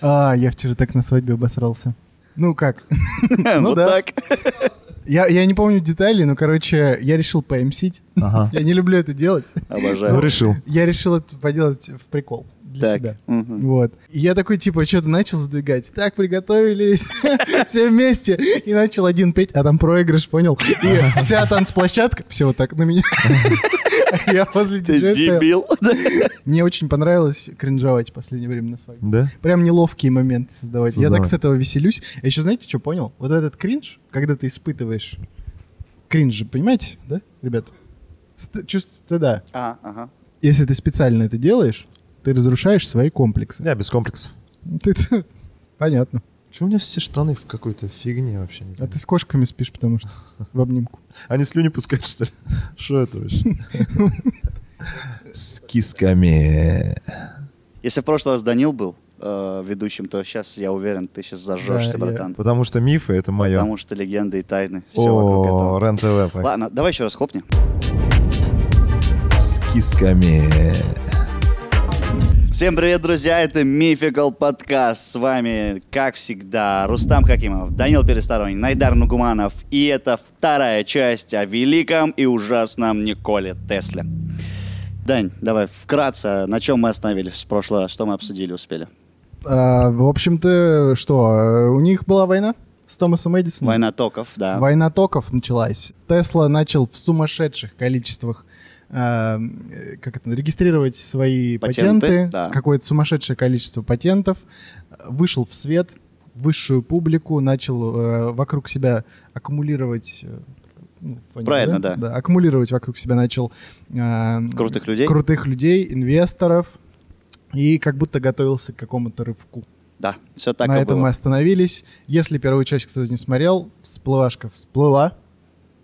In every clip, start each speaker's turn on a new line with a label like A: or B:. A: А, я вчера так на свадьбе обосрался. Ну как? Ну
B: Вот
A: да.
B: так.
A: Я, я не помню деталей, но, короче, я решил поэмсить.
C: Ага.
A: Я не люблю это делать.
C: Ну,
B: Обожаю.
C: решил.
A: Я решил это поделать в прикол для
B: Так.
A: себя.
B: Мгм.
A: Вот. И я такой, типа, что-то начал задвигать. Так, приготовились. Все вместе. И начал один петь, а там проигрыш, понял? И вся танцплощадка, все вот так на меня. Я возле диджея
B: Ты
A: стоял.
B: дебил.
A: Мне очень понравилось кринжовать в последнее время на свадьбе.
C: Да?
A: Прям неловкие моменты создавать. Я так
C: Создавать.
A: с этого веселюсь. А еще знаете, что понял? Вот этот кринж, когда ты испытываешь кринж, же, понимаете, да, ребят? Ст- чувство стыда.
B: А, ага.
A: Если ты специально это делаешь, ты разрушаешь свои комплексы.
C: Я без комплексов.
A: Ты- ты- Понятно.
C: Че у меня все штаны в какой-то фигне вообще? Не
A: А ты
C: понимаю.
A: с кошками спишь, потому что в обнимку.
C: Они слюни пускают, что ли? Что это вообще? С кисками.
B: Если в прошлый раз Данил был э, ведущим, то сейчас, я уверен, ты сейчас зажжешься,
A: Да, я-
B: братан.
C: Потому что мифы — это мое.
B: Потому что легенды и тайны. Все вокруг
C: О,
B: этого.
C: РЕН-ТВ. пока.
B: Ладно, давай еще раз хлопни.
C: С кисками.
B: Всем привет, друзья, это Мификал подкаст. С вами, как всегда, Рустам Хакимов, Данил Пересторонний, Найдар Нугуманов. И это вторая часть о великом и ужасном Николе Тесле. Дань, давай вкратце, на чем мы остановились в прошлый раз, что мы обсудили, успели?
A: А, в общем-то, что, э, у них была война с Томасом Эдисоном?
B: Война токов, да.
A: Война токов началась. Тесла начал в сумасшедших количествах э, как это, регистрировать свои
B: Патенты,
A: патенты,
B: да.
A: какое-то сумасшедшее количество патентов, вышел в свет, в высшую публику, начал э, вокруг себя аккумулировать... э, ну, понял,
B: Правильно, да.
A: Аккумулировать вокруг себя начал... э,
B: Крутых людей.
A: Крутых людей, инвесторов. И как будто готовился к какому-то рывку.
B: Да, все так
A: На
B: и
A: этом
B: было.
A: мы остановились. Если первую часть кто-то не смотрел, всплывашка всплыла.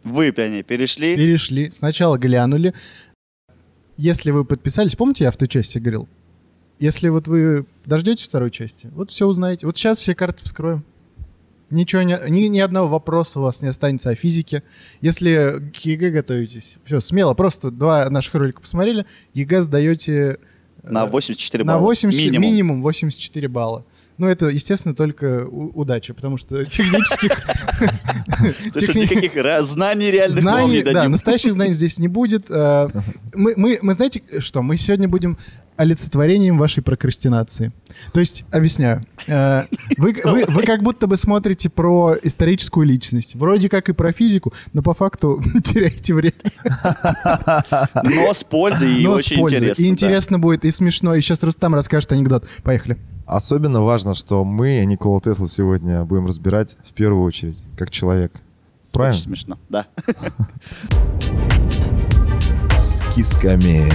B: Вы, пионе, перешли.
A: Перешли. Сначала глянули. Если вы подписались, помните, я в той части говорил? Если вот вы дождетесь второй части, вот все узнаете. Вот сейчас все карты вскроем. Ничего, не- ни, ни одного вопроса у вас не останется о физике. Если к ЕГЭ готовитесь, все, смело, просто два наших ролика посмотрели, ЕГЭ сдаете э,
B: На 84
A: на
B: балла.
A: 80, минимум.
B: минимум.
A: 84 балла. Ну, это, естественно, только у- удача, потому что технических...
B: То есть
A: техни-
B: никаких ра- знаний реальных вам
A: знаний,
B: не
A: да,
B: дадим.
A: настоящих знаний здесь не будет. Э, Мы, мы, мы знаете что? Мы сегодня будем олицетворением вашей прокрастинации. То есть, объясняю. Э, Вы, вы, вы как будто бы смотрите про историческую личность. Вроде как и про физику, но по факту теряете время.
B: Но с пользой и
A: но с
B: очень
A: пользой.
B: интересно.
A: И
B: да.
A: интересно будет, и смешно. И сейчас Рустам расскажет анекдот. Поехали.
C: Особенно важно, что мы Никола Тесла сегодня будем разбирать в первую очередь, как человек.
B: Очень
C: Правильно?
B: смешно, да.
C: С кисками.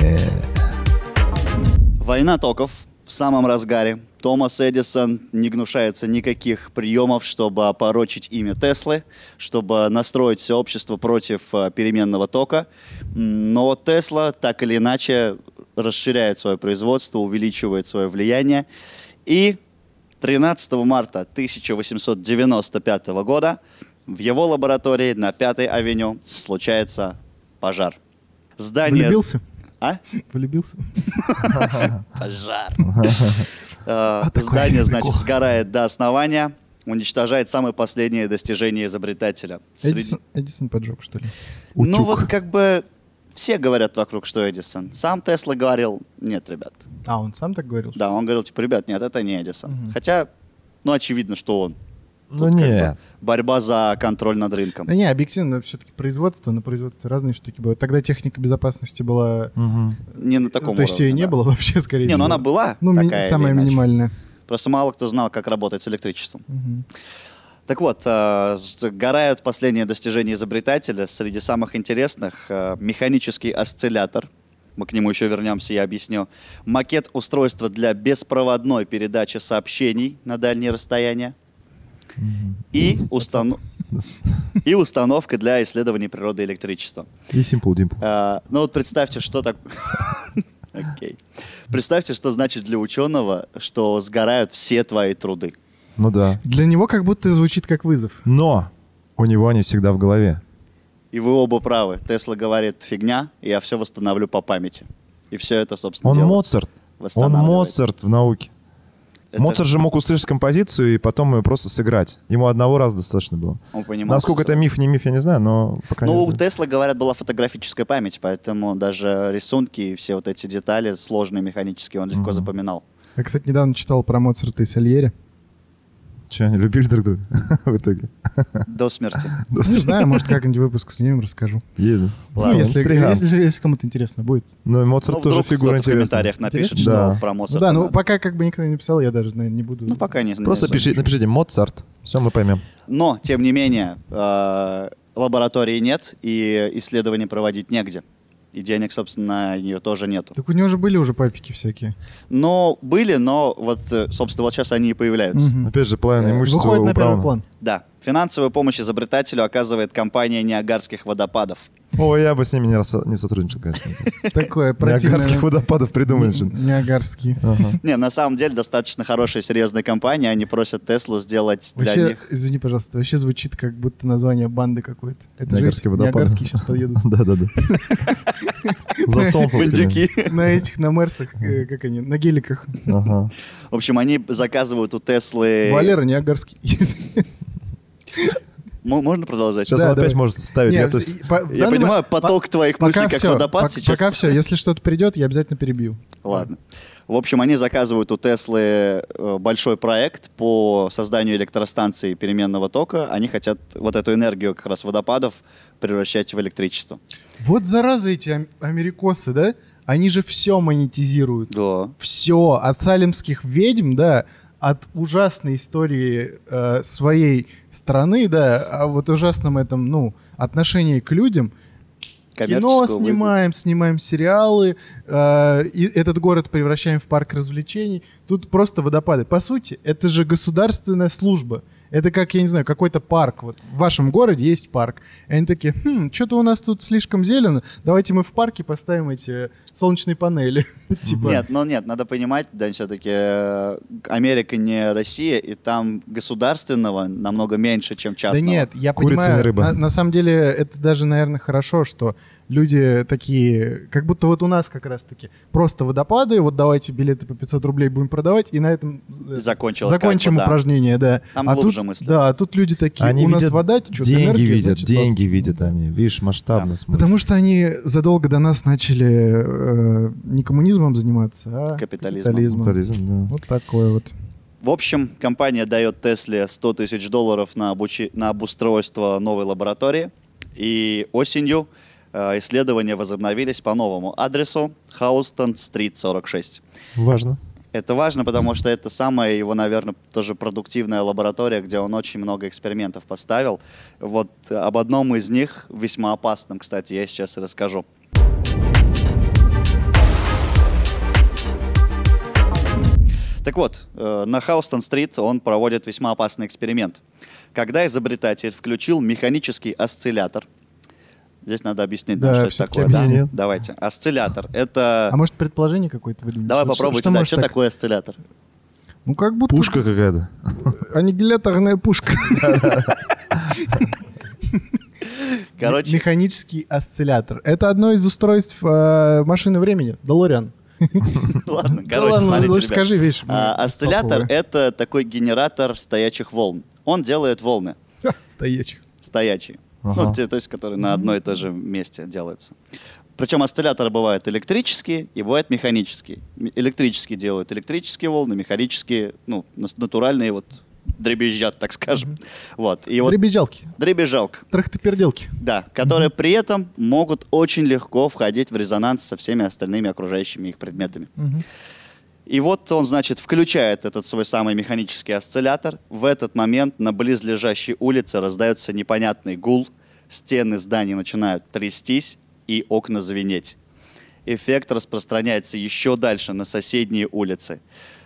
B: Война токов в самом разгаре. Томас Эдисон не гнушается никаких приемов, чтобы опорочить имя Теслы, чтобы настроить все общество против э, переменного тока. М, Но Тесла так или иначе расширяет свое производство, увеличивает свое влияние. И 13 марта 1895 года в его лаборатории на Пятой авеню случается пожар. Здание...
A: Влюбился?
B: А?
A: Влюбился?
B: Пожар.
A: А
B: Э,
A: такой
B: Здание, значит,
A: прикол.
B: сгорает до основания, уничтожает самые последние достижения изобретателя. Среди-
A: Эдисон, Эдисон поджег, что ли?
B: Ну
C: Утюг.
B: вот как бы все говорят вокруг, что Эдисон. Сам Тесла говорил, нет, ребят.
A: А, он сам так говорил?
B: Да, он говорил, типа, ребят, нет, это не Эдисон.
A: Мгм.
B: Хотя, ну, очевидно, что он.
C: Ну
B: Тут как
C: нет.
B: бы Борьба за контроль над рынком.
A: Да не, объективно, все-таки производство, на производстве разные штуки были. Тогда техника безопасности была...
C: Мгм.
B: Не на таком
A: То есть ее и
B: уровне,
A: не
B: да.
A: было вообще, скорее
B: Не,
A: всего.
B: ну она была
A: Ну, ми-
B: такая или
A: самая
B: иначе.
A: минимальная.
B: Просто мало кто знал, как работать с электричеством.
A: Мгм.
B: Так вот, э, сгорают последние достижения изобретателя. Среди самых интересных э, механический осциллятор. Мы к нему еще вернемся, я объясню. Макет устройства для беспроводной передачи сообщений на дальние расстояния. И, устан- и установка для исследований природы электричества.
C: И Simple Dimple.
B: Э, ну вот представьте, что так... Окей. Представьте, что значит для ученого, что сгорают все твои труды.
C: Ну да.
A: Для него как будто звучит как вызов.
C: Но у него они всегда в голове.
B: И вы оба правы. Тесла говорит фигня, и я все восстановлю по памяти. И все это, собственно,
C: Он
B: дело
C: Моцарт. Он
B: восстанавливает.
C: Моцарт в науке.
B: Это-
C: Моцарт же мог услышать композицию и потом ее просто сыграть. Ему одного раза достаточно было.
B: Он понимал,
C: Насколько
B: что-
C: это миф, не миф, я не знаю, но, по крайней
B: Ну, у
C: мере...
B: Тесла, говорят, была фотографическая память, поэтому даже рисунки и все вот эти детали сложные механические он легко
C: Мгм.
B: запоминал.
A: Я, кстати, недавно читал про Моцарта и Сальери.
C: Че, они любили друг друга в итоге?
B: До смерти.
C: Да,
A: Ну, Не знаю, может, как-нибудь выпуск с ним расскажу.
C: Еду.
A: Ну, если,
C: Прикам.
A: если, же- если кому-то интересно будет.
C: Ну, и
B: Ну,
C: Моцарт тоже
B: вдруг
C: фигура
B: кто-то в
C: интересная.
B: комментариях напишет,
A: Интересно?
B: что
C: Да.
B: про
A: Ну
B: Моцарта.
A: да, ну
B: надо.
A: пока как бы никто не писал, я даже, наверное, не буду.
B: Ну, пока не не
C: Просто
B: знаю.
C: пиши- напишите «Моцарт», все, мы поймем.
B: Но, тем не менее, э, лаборатории нет, и исследований проводить негде. И денег, собственно, на нее тоже нету.
A: Так у него же были уже папики всякие.
B: Но были, но вот, э, собственно, вот сейчас они и появляются.
A: Мгм.
C: Опять же, половина
B: Э,
C: имущества
A: Выходит на первый
C: управлена.
A: план.
B: Да. Финансовую помощь изобретателю оказывает компания Ниагарских водопадов.
C: О, я бы с ними не, рас- не сотрудничал, конечно.
A: Такое
C: Ниагарских
A: противное.
C: водопадов придумали. что-то.
A: Ниагарский.
C: Ага.
B: Не, на самом деле достаточно хорошая, серьезная компания. Они просят Теслу сделать для
A: Вообще,
B: них.
A: извини, пожалуйста, вообще звучит как будто название банды какой-то. Это же
C: Ниагарские водопады.
A: Ниагарские сейчас подъедут.
C: Да-да-да. За солнцем.
B: Бандюки.
A: На этих, на Мерсах, э, как они, на геликах.
C: Ага.
B: В общем, они заказывают у Теслы...
A: Валера Ниагарский.
B: М- можно продолжать?
C: Сейчас
A: Да,
C: он опять
A: давай.
C: может ставить.
A: Не,
C: Я
A: в-
C: то есть-
A: и по- в
B: Я
A: данный
B: понимаю,
A: мо-
B: поток твоих
A: по-
B: мыслей,
A: пока
B: как
A: всё,
B: водопад
A: пок-
B: сейчас...
A: Пока все, если что-то придет, я обязательно перебью.
B: Ладно. В общем, они заказывают у Теслы э, большой проект по созданию электростанции переменного тока. Они хотят вот эту энергию как раз водопадов превращать в электричество.
A: Вот зараза эти ам- америкосы, да? Они же все монетизируют.
B: Да.
A: все от салимских ведьм, да, от ужасной истории э, своей страны, да, а вот ужасном этом, ну, отношении к людям. Кино
B: Коммерческую выгоду.
A: снимаем, снимаем сериалы, э, и этот город превращаем в парк развлечений. Тут просто водопады. По сути, это же государственная служба. Это как, я не знаю, какой-то парк. Вот в вашем городе есть парк. И они такие, хм, что-то у нас тут слишком зелено, давайте мы в парке поставим эти солнечные панели. Типа,
B: Нет, но нет, надо понимать, да, все-таки Америка не Россия, и там государственного намного меньше, чем частного.
A: Да нет, я
C: Курица
A: понимаю,
C: или рыба?
A: На, на самом деле это даже, наверное, хорошо, что люди такие, как будто вот у нас как раз-таки просто водопады, вот давайте билеты по 500 рублей будем продавать, и на этом э,
B: Закончилось. как
A: закончим
B: бы, да.
A: упражнение, да.
B: Там
A: а
B: глубже
A: тут,
B: мыслят.
A: Да, а тут люди такие,
C: Они
A: у нас
C: видят
A: вода течет,
C: Деньги
A: энергия,
C: видят,
A: значит,
C: деньги
A: вот».
C: видят они. Видишь, масштабно
B: Да.
C: смотрят.
A: Потому что они задолго до нас начали э, не коммунизмом заниматься, а
B: Капитализмом.
A: капитализмом.
C: Ментализм, да.
A: Вот такое вот.
B: В общем, компания дает Тесле 100 тысяч долларов на, обучи- на обустройство новой лаборатории. И осенью э, исследования возобновились по новому адресу Хаустон-стрит 46.
C: Важно.
B: Это важно, потому что это самая его, наверное, тоже продуктивная лаборатория, где он очень много экспериментов поставил. Вот э, об одном из них, весьма опасном, кстати, я сейчас и расскажу. Так вот, э, на Хаустон-стрит он проводит весьма опасный эксперимент. Когда изобретатель включил механический осциллятор, здесь надо объяснить, да,
A: Да,
B: что это
A: всё-таки
B: такое.
C: объясни.
B: Давайте. Осциллятор. Это...
A: А может, предположение какое-то выдвинуть?
B: Давай
A: Вот что-
B: попробуйте,
A: что
B: да,
A: может
B: что
A: так?
B: такое осциллятор?
A: Ну, как будто
C: Пушка какая-то.
A: аннигиляторная пушка.
B: Короче,
A: Механический осциллятор. Это одно из устройств э, машины времени. Долориан.
B: Ладно,
A: Да
B: короче,
A: ладно,
B: смотрите,
A: лучше
B: ребят.
A: скажи, ну, видишь. мы
B: А, Осциллятор —
A: бестолковые.
B: это такой генератор стоячих волн. Он делает волны
A: Ха, Стоячих.
B: стоячие.
C: Ага.
B: Ну, те, то есть, которые на одно и то же месте делаются. Причем осцилляторы бывают электрические и бывают механические. М- Электрические делают электрические волны, механические, ну, нас- натуральные вот дребезжат, так скажем. Вот. И вот
A: Дребезжалки.
B: дребезжалка.
A: Трахтоперделки.
B: Да, которые при этом могут очень легко входить в резонанс со всеми остальными окружающими их предметами.
A: Мгм.
B: И вот он, значит, включает этот свой самый механический осциллятор. В этот момент на близлежащей улице раздается непонятный гул, стены зданий начинают трястись и окна звенеть. Эффект распространяется еще дальше на соседние улицы.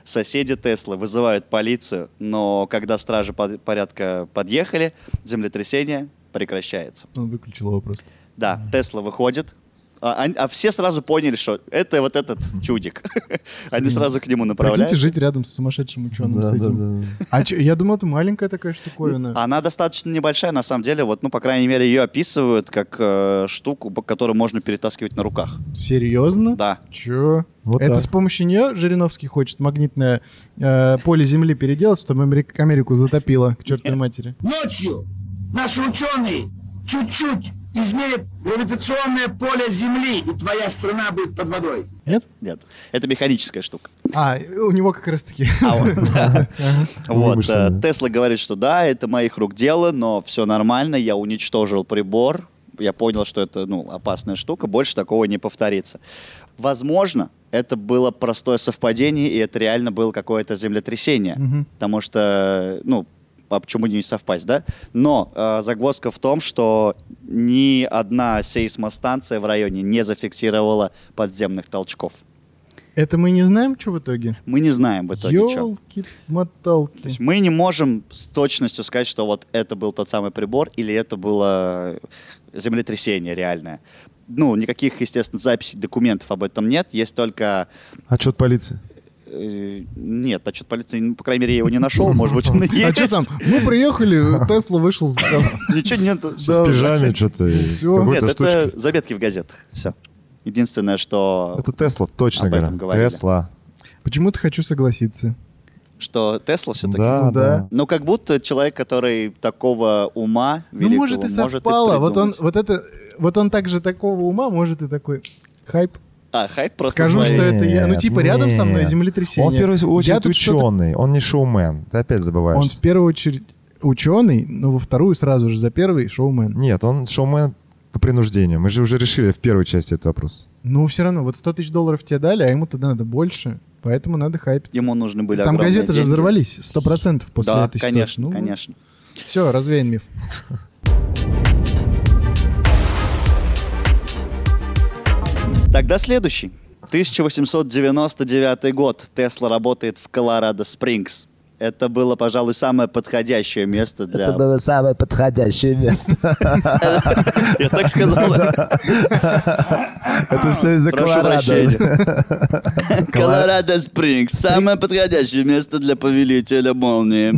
B: Соседи Теслы вызывают полицию, но когда стражи под- порядка подъехали, землетрясение прекращается.
A: Он выключил его просто.
B: Да, Тесла выходит, э, А, они- а все сразу поняли, что это вот этот чудик. Они сразу к нему
A: Прикиньте
B: направляют.
A: жить рядом с сумасшедшим ученым
C: Да,
A: с
C: да,
A: этим.
C: да.
A: А чё, я думал, это маленькая такая штуковина.
B: Она достаточно небольшая, на самом деле. Вот, ну, по крайней мере, ее описывают как э, штуку, по которой можно перетаскивать на руках.
A: Серьезно?
B: А. Да.
A: Чё?
C: Вот
A: это
C: так.
A: с помощью нее Жириновский хочет магнитное э, поле Земли переделать, чтобы Америк- Америку затопило к чертовой матери.
D: Ночью наши ученые чуть-чуть измерят гравитационное поле Земли, и твоя страна будет под водой.
A: Нет?
B: Нет, это механическая штука.
A: А, у него как раз таки.
B: А вот, да. Вот, э,
C: Вымышленная.
B: Тесла говорит, что да, это моих рук дело, но все нормально, я уничтожил прибор, я понял, что это ну, опасная штука, больше такого не повторится. Возможно, это было простое совпадение, и это реально было какое-то землетрясение,
A: Мгм.
B: потому что, ну, а почему не совпасть, да? Но э, загвоздка в том, что ни одна сейсмостанция в районе не зафиксировала подземных толчков.
A: Это мы не знаем, что в итоге?
B: Мы не знаем в итоге, чё. То есть
A: Ёлки-моталки.
B: мы не можем с точностью сказать, что вот это был тот самый прибор или это было землетрясение реальное. Ну, никаких, естественно, записей, документов об этом нет. Есть только...
C: Отчет А полиции.
B: э, нет, отчет полиции, ну, по крайней мере, я его не нашел. Может быть, он и
A: А
B: есть.
A: что там? Мы приехали, Тесла вышел, сказал,
B: Ничего нет.
C: С пижами что-то. и с
A: всё.
B: Нет,
C: какой-то штучкой.
B: это заметки в газетах. Все. Единственное, что,
C: Это Тесла, точно
B: Об этом говорили.
C: говоря. Тесла.
A: Почему-то хочу согласиться.
B: что Тесла все-таки...
C: Да,
A: Ну да.
C: да.
B: Ну, как будто человек, который такого ума великого,
A: ну, может, и совпало. вот он,
B: придумать.
A: вот это, вот он также такого ума, может, и такой хайп.
B: А, хайп просто
A: Скажу,
B: зловещий.
A: что это я. Ну,
C: Нет,
A: типа, рядом со мной
C: нет.
A: землетрясение.
C: Он, в первую
A: Я
C: очередь,
A: тут что-то-
C: ученый. Он не шоумен. Ты опять
A: Он
C: забываешь.
A: в первую очередь ученый, но во вторую сразу же за первый шоумен.
C: Нет, он шоумен по принуждению. Мы же уже решили в первой части этот вопрос.
A: Ну, все равно, вот 100 тысяч долларов тебе дали, а ему тогда надо больше, поэтому надо хайпить.
B: Ему нужны были
A: Там
B: огромные
A: газеты же
B: деньги.
A: взорвались, 100% после
B: да,
A: этой Ну,
B: конечно, конечно.
A: Все, развеян миф.
B: Тогда следующий. 1899 год. Тесла работает в Колорадо Спрингс. Это было, пожалуй, самое подходящее место для...
E: Это было самое подходящее место.
B: Я так сказал.
E: Это все из-за
B: Прошу
E: Колорадо.
B: прощения. Колорадо Спрингс. Самое подходящее место для повелителя молнии.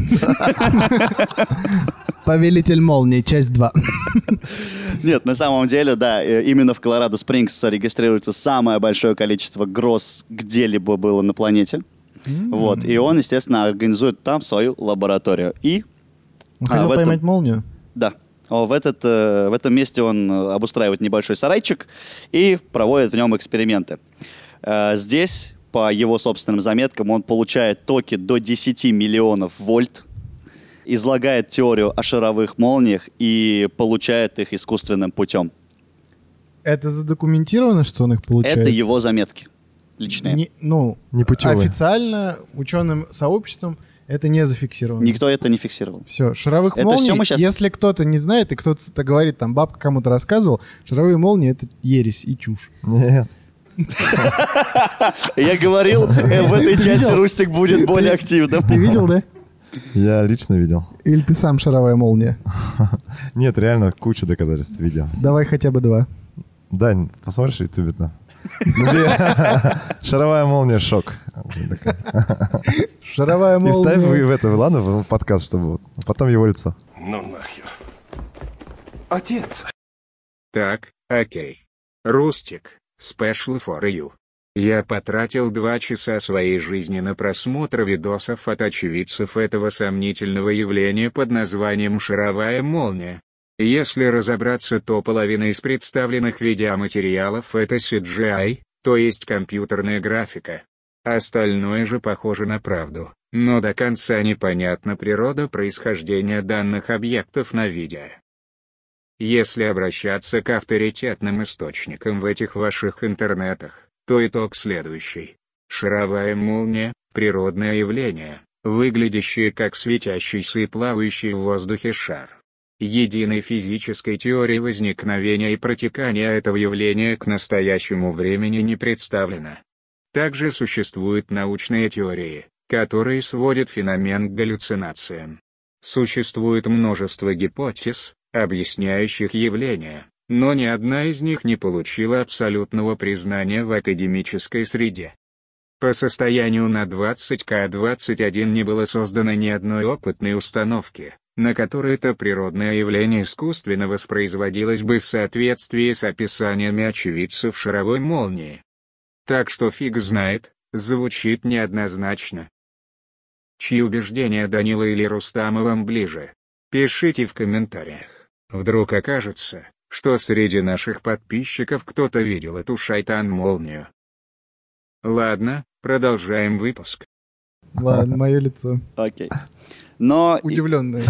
A: Повелитель молнии, часть 2.
B: Нет, на самом деле, да, э, именно в Колорадо Спрингс регистрируется самое большое количество гроз где-либо было на планете. Вот. И он, естественно, организует там свою лабораторию. И
A: Он
B: А,
A: хотел
B: в этом-
A: поймать молнию?
B: Да. О, В, этот, э, в этом месте он э, обустраивает небольшой сарайчик и проводит в нем эксперименты. Э, Здесь, по его собственным заметкам, он получает токи до 10 миллионов вольт, излагает теорию о шаровых молниях и получает их искусственным путем.
A: Это задокументировано, что он их получает?
B: Это его заметки личные.
A: Не- ну,
C: Непутевые.
A: официально ученым сообществом это не зафиксировано.
B: Никто это не фиксировал.
A: Все, шаровых
B: Это
A: молний,
B: всё мы щас-
A: если кто-то не знает, и кто-то с- говорит, там, бабка кому-то рассказывал, шаровые молнии — это ересь и чушь.
C: Нет.
B: Я говорил, э, в этой
A: Ты
B: части
A: видел?
B: Рустик будет более активным.
A: Ты видел, да?
C: Я лично видел.
A: Или ты сам шаровая молния?
C: Нет, реально куча доказательств видел.
A: Давай хотя бы два.
C: Дань, посмотришь в ютубе-то? Ну, блин, Шаровая молния шок.
A: Шаровая
C: И
A: молния.
C: ставь вы в это, ладно, в подкаст, чтобы вот. а потом его лицо.
F: Ну нахер.
G: Отец.
H: Так, окей. Рустик, special for you. Я потратил два часа своей жизни на просмотр видосов от очевидцев этого сомнительного явления под названием «Шаровая молния». Если разобраться, то половина из представленных видеоматериалов это CGI, то есть компьютерная графика. Остальное же похоже на правду, но до конца непонятна природа происхождения данных объектов на видео. Если обращаться к авторитетным источникам в этих ваших интернетах, то итог следующий. Шаровая молния – природное явление, выглядящее как светящийся и плавающий в воздухе шар. Единой физической теории возникновения и протекания этого явления к настоящему времени не представлено. Также существуют научные теории, которые сводят феномен к галлюцинациям. Существует множество гипотез, объясняющих явление, но ни одна из них не получила абсолютного признания в академической среде. По состоянию на 20К21 не было создано ни одной опытной установки, на которой это природное явление искусственно воспроизводилось бы в соответствии с описаниями очевидцев шаровой молнии. Так что фиг знает, звучит неоднозначно. Чьи убеждения Данила или Рустамовым ближе? Пишите в комментариях. Вдруг окажется, что среди наших подписчиков кто-то видел эту шайтан-молнию. Ладно, продолжаем выпуск.
A: Ладно, мое лицо.
B: Окей. Но, и,
A: Удивленное.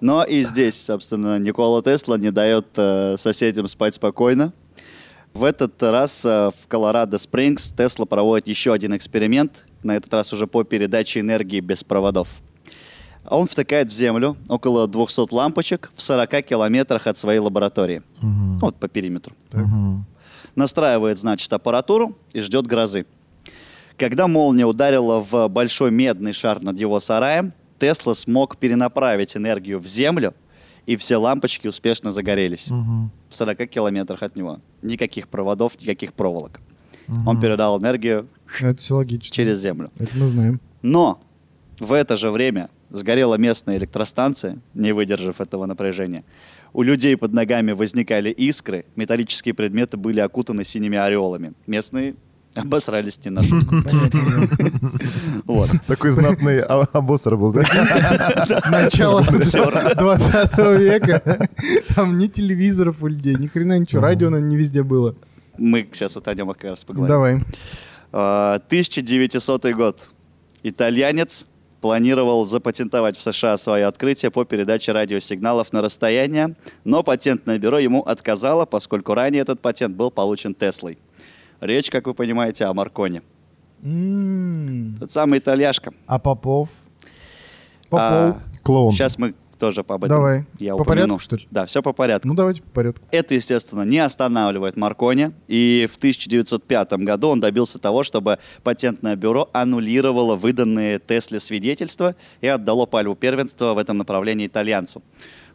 B: но и здесь, собственно, Никола Тесла не дает э, соседям спать спокойно. В этот раз э, в Колорадо Спрингс Тесла проводит еще один эксперимент, на этот раз уже по передаче энергии без проводов. А Он втыкает в землю около 200 лампочек в 40 километрах от своей лаборатории. Ну, Вот по периметру. Настраивает, значит, аппаратуру и ждет грозы. Когда молния ударила в большой медный шар над его сараем, Тесла смог перенаправить энергию в землю, и все лампочки успешно загорелись в 40 километрах от него. Никаких проводов, никаких проволок. Он передал энергию
A: Это все логично.
B: через землю.
A: Это мы знаем.
B: Но в это же время сгорела местная электростанция, не выдержав этого напряжения. У людей под ногами возникали искры, металлические предметы были окутаны синими ореолами. Местные обосрались не на шутку. Вот.
C: Такой знатный а- обоссор был, да?
A: Начало 20 века. Там ни телевизоров у людей, ни хрена ничего. Радио, наверное, не везде было.
B: Мы сейчас вот о нем как раз поговорим.
A: Давай.
B: А, 1900 год. Итальянец планировал запатентовать в США свое открытие по передаче радиосигналов на расстояние, но патентное бюро ему отказало, поскольку ранее этот патент был получен Теслой. Речь, как вы понимаете, о Марконе.
A: М,
B: Тот самый итальяшка.
A: А Попов? Попов?
B: А.
C: Клоун.
B: Сейчас мы тоже об этом
A: Давай.
B: я
A: По
B: упомяну.
A: порядку, что ли?
B: Да, все по порядку.
A: Ну, давайте по порядку.
B: Это, естественно, не останавливает Маркони, и в 1905 году он добился того, чтобы патентное бюро аннулировало выданные Тесле свидетельства и отдало пальму первенства в этом направлении итальянцу.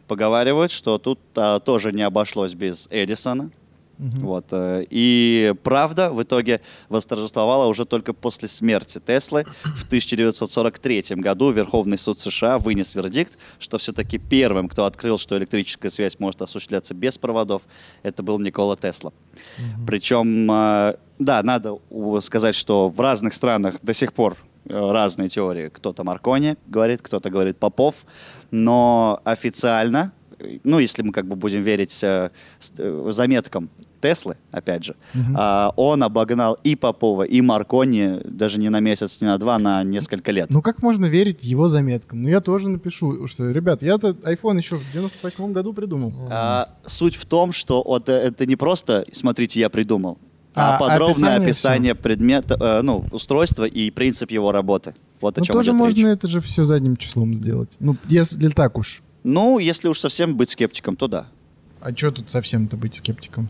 B: Поговаривают, что тут а, тоже не обошлось без Эдисона. Вот. э, И правда в итоге восторжествовала уже только после смерти Теслы. В 1943 году Верховный суд США вынес вердикт, что все-таки первым, кто открыл, что электрическая связь может осуществляться без проводов, это был Никола Тесла. Причем, э, да, надо у- сказать, что в разных странах до сих пор э, разные теории. Кто-то Маркони говорит, кто-то говорит Попов, но официально э, ну, если мы как бы будем верить э, с- э, заметкам Теслы, опять же, а, он обогнал и Попова, и Маркони даже не на месяц, не на два, на несколько лет.
A: Ну, как можно верить его заметкам? Ну, я тоже напишу, что, ребят, я-то iPhone еще в 98 году придумал.
B: А, суть в том, что вот, э, это не просто, смотрите, я придумал, а,
A: А,
B: подробное описание,
A: описание
B: предмета, э, ну, устройства и принцип его работы. Вот о
A: Ну,
B: чем
A: тоже
B: идет
A: можно
B: речь.
A: это же все задним числом сделать. Ну, если так уж.
B: Ну, если уж совсем быть скептиком, то да.
A: А что тут совсем-то быть скептиком?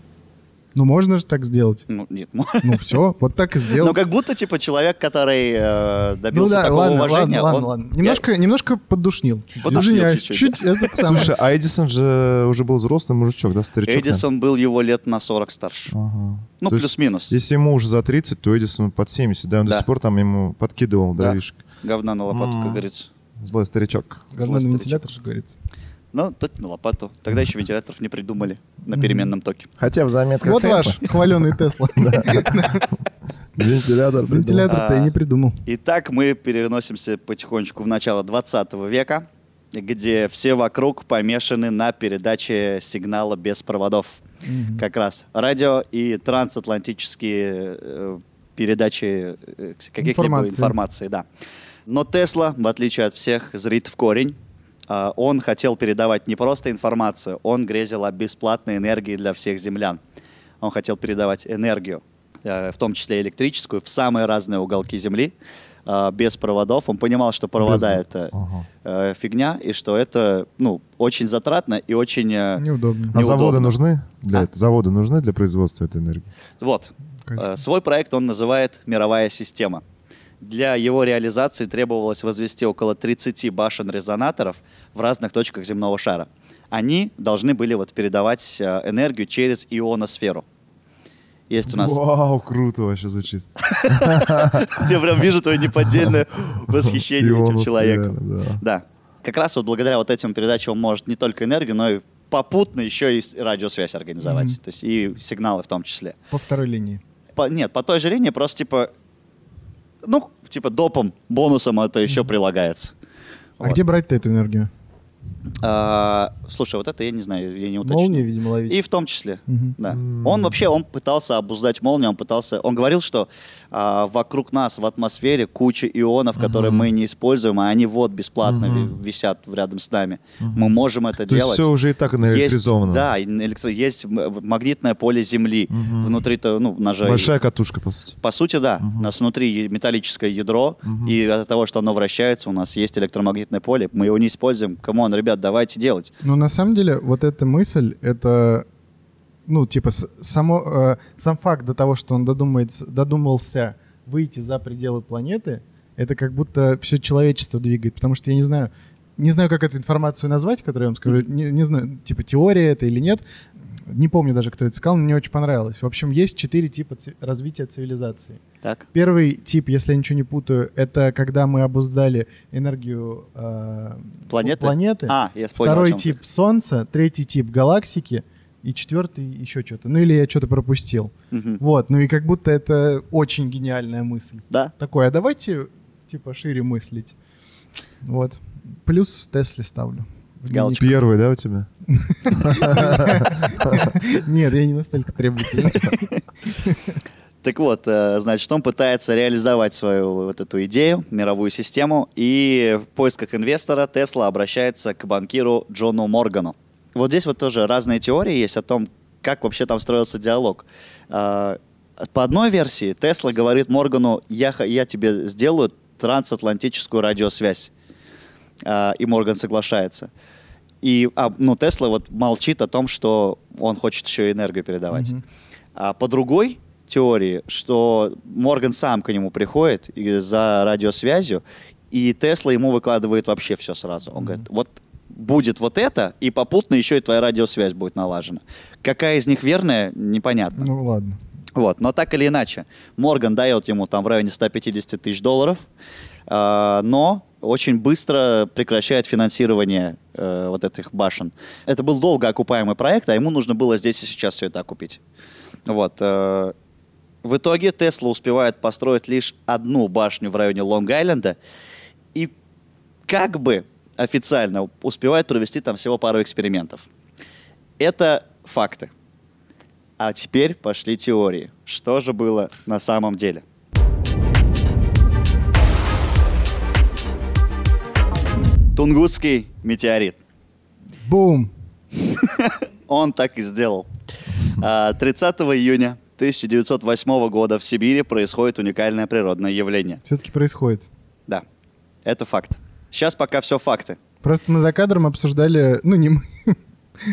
A: Ну, можно же так сделать.
B: Ну, нет, можно.
A: Ну, все, вот так и сделал.
B: Но как будто, типа, человек, который э, добился такого
A: Ну ладно,
B: уважения,
A: ладно, ладно,
B: он-
A: ладно.
B: Я-
A: Немножко, немножко поддушнил. Чуть,
B: Поддушнил
A: извиняюсь,
B: чуть-чуть,
A: чуть, этот самый.
C: Слушай, а Эдисон же уже был взрослый мужичок, да, старичок? наверное?
B: Эдисон был его лет на 40 старше.
C: Ага.
B: Ну,
C: То есть,
B: плюс-минус.
C: Если ему уже за 30, то Эдисон под 70, да, он
B: Да.
C: до сих пор там ему подкидывал
B: Да.
C: дровишек.
B: Говна на лопату, как
C: М.
B: говорится.
C: Злой старичок.
A: Говно на
B: Слушай,
A: вентилятор же говорится.
B: Ну, тут на лопату. Тогда еще вентиляторов не придумали на переменном токе.
E: Хотя в заметках
A: Вот
E: Тесла
A: ваш хваленый Тесла.
E: Вентилятор. придумал.
A: Вентилятор-то я не придумал.
B: Итак, мы переносимся потихонечку в начало 20 века, где все вокруг помешаны на передаче сигнала без проводов. Как раз радио и трансатлантические э, передачи э, каких-либо
A: Информации.
B: информации, да. Но Тесла, в отличие от всех, зрит в корень. А, Он хотел передавать не просто информацию, он грезил о бесплатной энергии для всех землян. Он хотел передавать энергию, э, в том числе электрическую, в самые разные уголки Земли, а, без проводов. Он понимал, что провода
C: Без-
B: это
C: Ага.
B: э, фигня, и что это ну, очень затратно и очень... э,
A: Неудобно.
C: А заводы
B: Неудобно.
C: нужны? Для,
B: А?
C: Заводы нужны для производства этой энергии?
B: Вот.
A: Конечно.
B: Э, Свой проект он называет «Мировая система». Для его реализации требовалось возвести около 30 башен-резонаторов в разных точках земного шара. они должны были вот передавать э, энергию через ионосферу. Есть у нас...
C: Вау, круто вообще звучит.
B: Я прям вижу твое неподдельное восхищение этим
C: Ионус,
B: человеком.
C: верно, да.
B: Да. Как раз вот благодаря вот этим передачам он может не только энергию, но и попутно еще и с- радиосвязь организовать. То есть и сигналы в том числе.
A: По второй линии.
B: По- нет, по той же линии просто типа, ну, типа допом, бонусом это еще прилагается.
A: А
B: Ну Вот.
A: где брать-то эту энергию?
B: А, слушай, вот это я не знаю, я не уточню.
A: Молнии, видимо, ловить.
B: И в том числе,
A: Мгм.
B: да. Он вообще, он пытался обуздать молнию, он пытался, он говорил, что а, вокруг нас в атмосфере куча ионов, которые мы не используем, а они вот бесплатно ви- висят рядом с нами. Мы можем это
C: То есть
B: делать.
C: все уже и так наэлектризовано.
B: Есть, да, и электро- есть м- магнитное поле Земли внутри-то, ну, ножа.
C: Большая катушка, по сути.
B: По сути, да. У нас внутри е- металлическое ядро, и от того, что оно вращается, у нас есть электромагнитное поле. Мы его не используем. Камон, ребят, давайте делать.
A: Но на самом деле вот эта мысль, это, ну, типа, с- само, э, сам факт до того, что он додумается, додумался выйти за пределы планеты, это как будто все человечество двигает, потому что я не знаю, не знаю, как эту информацию назвать, которую я вам скажу, не, не знаю, типа, теория это или нет, не помню даже, кто это сказал, но мне очень понравилось. В общем, есть четыре типа ци- развития цивилизации.
B: Так?
A: Первый тип, если я ничего не путаю, это когда мы обуздали энергию э,
B: Планеты?
A: планеты.
B: А, я понял, о
A: Второй
B: чем ты.
A: тип Солнца, третий тип галактики и четвертый еще что-то. Ну или я что-то пропустил.
B: Мгм.
A: Вот, ну и как будто это очень гениальная мысль.
B: Да?
A: Такое, а давайте типа шире мыслить. Вот. Плюс Тесли ставлю.
B: Галочка.
C: Первый, да, у тебя?
A: Нет, я не настолько требовательный.
B: Так вот, э, значит, он пытается реализовать свою вот эту идею, мировую систему, и в поисках инвестора Тесла обращается к банкиру Джону Моргану. Вот здесь вот тоже разные теории есть о том, как вообще там строился диалог. Э, По одной версии Тесла говорит Моргану, я, х- я тебе сделаю трансатлантическую радиосвязь. А, и Морган соглашается. И, а, ну, Тесла вот молчит о том, что он хочет еще и энергию передавать. А по другой теории, что Морган сам к нему приходит и за радиосвязью, и Тесла ему выкладывает вообще все сразу. Он говорит, вот будет вот это, и попутно еще и твоя радиосвязь будет налажена. Какая из них верная, непонятно.
A: Ну ладно.
B: Вот, но так или иначе, Морган дает ему там в районе 150 тысяч долларов, а, но очень быстро прекращает финансирование э, вот этих башен. Это был долго окупаемый проект, а ему нужно было здесь и сейчас все это окупить. Вот. э, в итоге Тесла успевает построить лишь одну башню в районе Лонг-Айленда и как бы официально успевает провести там всего пару экспериментов. Это факты. А теперь пошли теории. Что же было на самом деле? Тунгусский метеорит.
A: Бум!
B: Он так и сделал. А, 30 июня 1908 года в Сибири происходит уникальное природное явление.
A: Все-таки происходит.
B: Да, это факт. Сейчас пока все факты.
A: Просто мы за кадром обсуждали, ну не мы.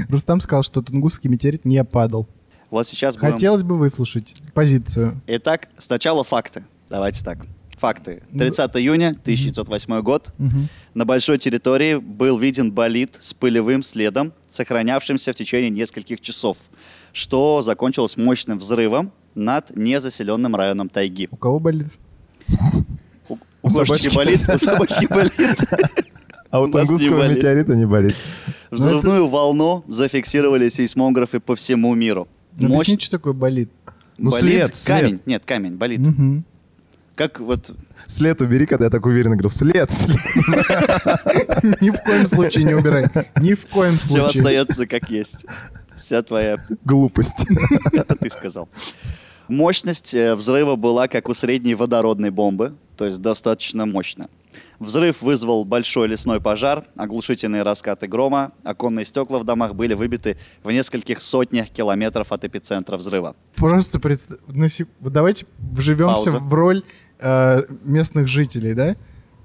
A: Рустам сказал, что Тунгусский метеорит не падал.
B: Вот сейчас будем...
A: Хотелось бы выслушать позицию.
B: Итак, сначала факты. Давайте так. Факты. 30 июня 1908 год. На большой территории был виден болид с пылевым следом, сохранявшимся в течение нескольких часов, что закончилось мощным взрывом над незаселенным районом тайги.
A: У кого болит?
B: У, у кошечки
C: собачки.
B: болит, у собачки болит.
C: А у
B: нас не
C: Тунгусского
B: болит.
C: метеорита не болит.
B: Взрывную волну зафиксировали сейсмографы по всему миру.
A: Ну,
B: Мощ-
A: Объясни, что такое болит.
C: Ну,
B: болит
C: след, след.
B: камень. Нет, камень, болит.
A: Мгм.
B: Как вот
C: След убери, когда я так уверенно говорил. След, след.
A: Ни в коем случае не убирай. Ни в коем
B: все
A: случае.
B: остается как есть. Вся твоя
C: Глупость.
B: Это ты сказал. Мощность э, взрыва была как у средней водородной бомбы, то есть достаточно мощно. Взрыв вызвал большой лесной пожар, оглушительные раскаты грома, оконные стекла в домах были выбиты в нескольких сотнях километров от эпицентра взрыва.
A: Просто представь... Давайте вживемся
B: Пауза.
A: в роль э, местных жителей, да?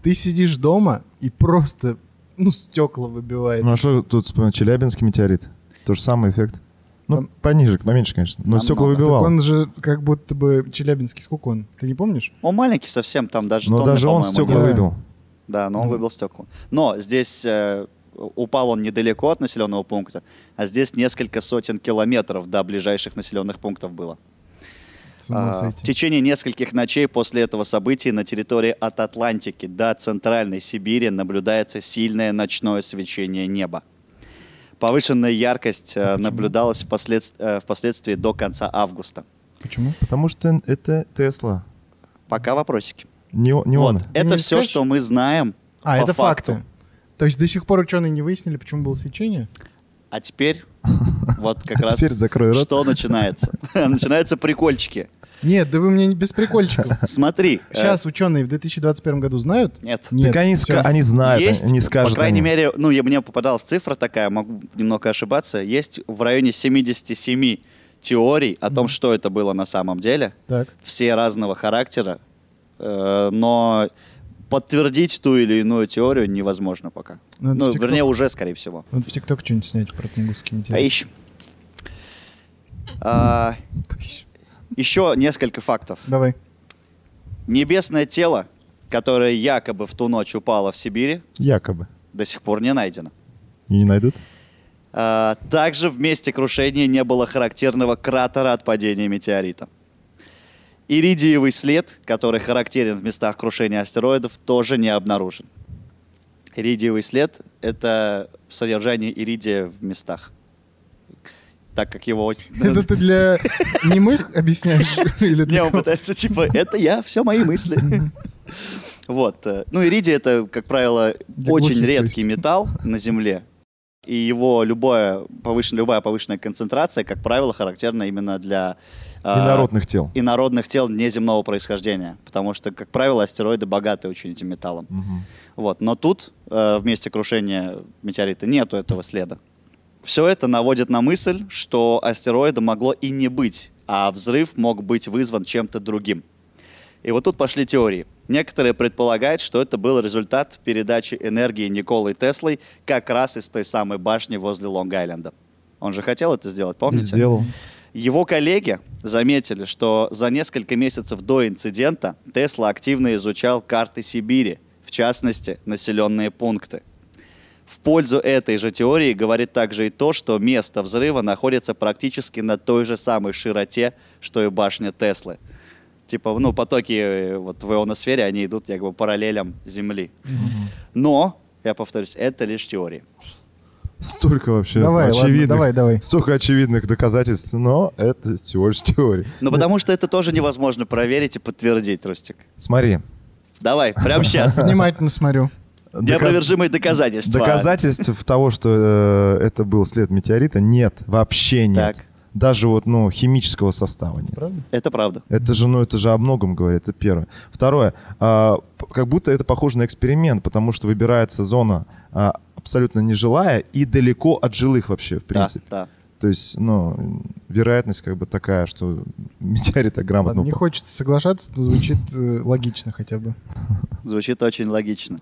A: Ты сидишь дома и просто, ну, стекла выбивает.
C: Ну а что тут вспомнил? Челябинский метеорит. То же самый эффект. Ну,
A: Там-
C: пониже, поменьше, конечно. Но
B: Там
C: стекла
B: много.
A: А Так
C: выбивало.
A: он же как будто бы Челябинский. Сколько он? Ты не помнишь?
B: Он маленький совсем, там даже
C: Но
B: тонны,
C: Ну, даже он
B: по-моему,
C: стекла
B: нет.
A: да.
C: выбил.
B: Да, но он выбил стекла. Но здесь э, упал он недалеко от населенного пункта, а здесь несколько сотен километров до ближайших населенных пунктов было.
A: С ума
B: А, в
A: сойти.
B: течение нескольких ночей после этого события на территории от Атлантики до Центральной Сибири наблюдается сильное ночное свечение неба. Повышенная яркость
A: А
B: э, наблюдалась впослед- э, впоследствии до конца августа.
A: Почему?
C: Потому что это Тесла.
B: Пока вопросики.
C: Не, о- не
B: вот,
C: он.
B: это
A: не
B: все,
A: скажешь?
B: что мы знаем.
A: А,
B: по
A: это
B: факту.
A: факты. То есть до сих пор ученые не выяснили, почему было свечение?
B: А теперь вот как
C: А
B: раз
C: теперь закрой рот.
B: что начинается. Начинаются прикольчики.
A: Нет, да вы мне не без прикольчиков.
B: Смотри. э,
A: Сейчас ученые в 2021 году знают?
B: Нет.
A: Нет,
C: так они,
A: всё.
C: ска- они знают,
B: есть,
C: они скажут.
B: По крайней
C: они.
B: мере, ну, я, мне попадалась цифра такая, могу немного ошибаться. Есть в районе 77 теорий о том, что это было на самом деле.
A: Так.
B: Все разного характера. Э, но подтвердить ту или иную теорию невозможно пока.
A: Ну, это
B: ну,
A: в TikTok.
B: вернее, уже, скорее всего.
A: Надо в ТикТок что-нибудь снять про Тунгусский
B: А
A: метеорит.
B: ищем. А, еще несколько фактов.
A: Давай.
B: Небесное тело, которое якобы в ту ночь упало в Сибири,
C: Якобы.
B: до сих пор не найдено.
C: И не найдут?
B: А, Также в месте крушения не было характерного кратера от падения метеорита. Иридиевый след, который характерен в местах крушения астероидов, тоже не обнаружен. Иридиевый след — это содержание иридия в местах. Так как его...
A: Это ты для немых объясняешь? Или
B: Не,
A: для
B: он
A: кого?
B: пытается, типа, это я, все мои мысли. Вот. э, Ну, иридий — это, как правило,
A: Для
B: очень
A: глухих, то
B: редкий металл на Земле. И его любое повышен- любая повышенная концентрация, как правило, характерна именно для... а,
C: Инородных тел.
B: инородных тел неземного происхождения. Потому что, как правило, астероиды богаты очень этим металлом. Вот. Но тут, э, в месте крушения метеорита, нету этого следа. Все это наводит на мысль, что астероида могло и не быть, а взрыв мог быть вызван чем-то другим. И вот тут пошли теории. Некоторые предполагают, что это был результат передачи энергии Николой Теслой как раз из той самой башни возле Лонг-Айленда. Он же хотел это сделать, помните?
C: Сделал.
B: Его коллеги заметили, что за несколько месяцев до инцидента Тесла активно изучал карты Сибири, в частности, населенные пункты. В пользу этой же теории говорит также и то, что место взрыва находится практически на той же самой широте, что и башня Теслы. Типа, ну, потоки э, вот в ионосфере, они идут как бы параллелям Земли. Но, я повторюсь, это лишь теории.
C: Столько вообще
A: Давай, ладно,
C: очевидных.
A: давай, давай.
C: Столько очевидных доказательств, но это всего лишь теория.
B: Но потому что это тоже невозможно проверить и подтвердить, Рустик.
C: Смотри.
B: Давай, прямо сейчас.
A: Внимательно смотрю.
C: доказ-
B: Неопровержимые доказательства.
C: Доказательств того, что э, это был след метеорита, нет, вообще нет.
B: Так.
C: Даже вот, ну, химического состава нет. Правда?
B: Это правда.
C: Это же, ну, это же о многом говорит, это первое. Второе, а, п- как будто это похоже на эксперимент, потому что выбирается зона а, абсолютно нежилая и далеко от жилых вообще, в
B: Да,
C: принципе.
B: да.
C: То есть, ну, вероятность как бы такая, что метеорит так грамотно
A: Ладно, не
C: упал.
A: хочется соглашаться, но звучит э, логично хотя бы.
B: Звучит очень логично.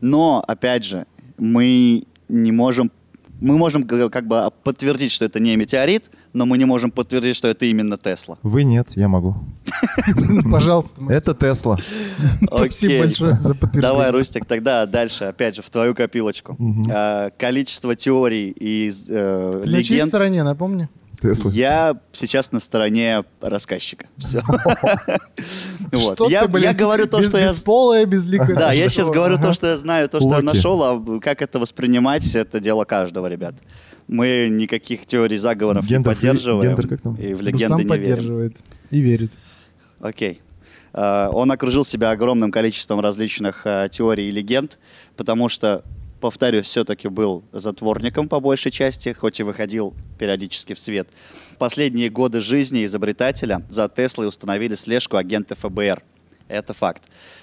B: Но, опять же, мы не можем... Мы можем г- как бы а, подтвердить, что это не метеорит, но мы не можем подтвердить, что это именно Тесла.
C: Вы нет, я могу.
A: Ну, Пожалуйста. мы-
C: Это Тесла.
B: Э, Окей.
A: Спасибо большое за подтверждение.
B: Давай, Рустик, тогда дальше, опять же, в твою копилочку. А, Количество теорий и э,
A: Ты на чьей
B: легенд...
A: стороне, напомни?
C: Тесла.
B: Я сейчас на стороне рассказчика. Все.
A: Что ты,
B: Я
A: блин,
B: я говорю то,
A: без-
B: что я
A: Бесполая, безликая.
B: Да, я сейчас говорю то, что я знаю, то, что я
C: Локи.
B: нашел, а как это воспринимать, это дело каждого, ребят. Мы никаких теорий заговоров не
C: Гендер фри-
B: поддерживаем.
C: гендер как там?
B: И в легенды
A: Рустам
B: не верим.
A: поддерживает и верит.
B: Окей. Э, Он окружил себя огромным количеством различных э, теорий и легенд, потому что, повторюсь, все-таки был затворником по большей части, хоть и выходил периодически в свет. Последние годы жизни изобретателя за Теслой установили слежку агента ФБР. Это факт.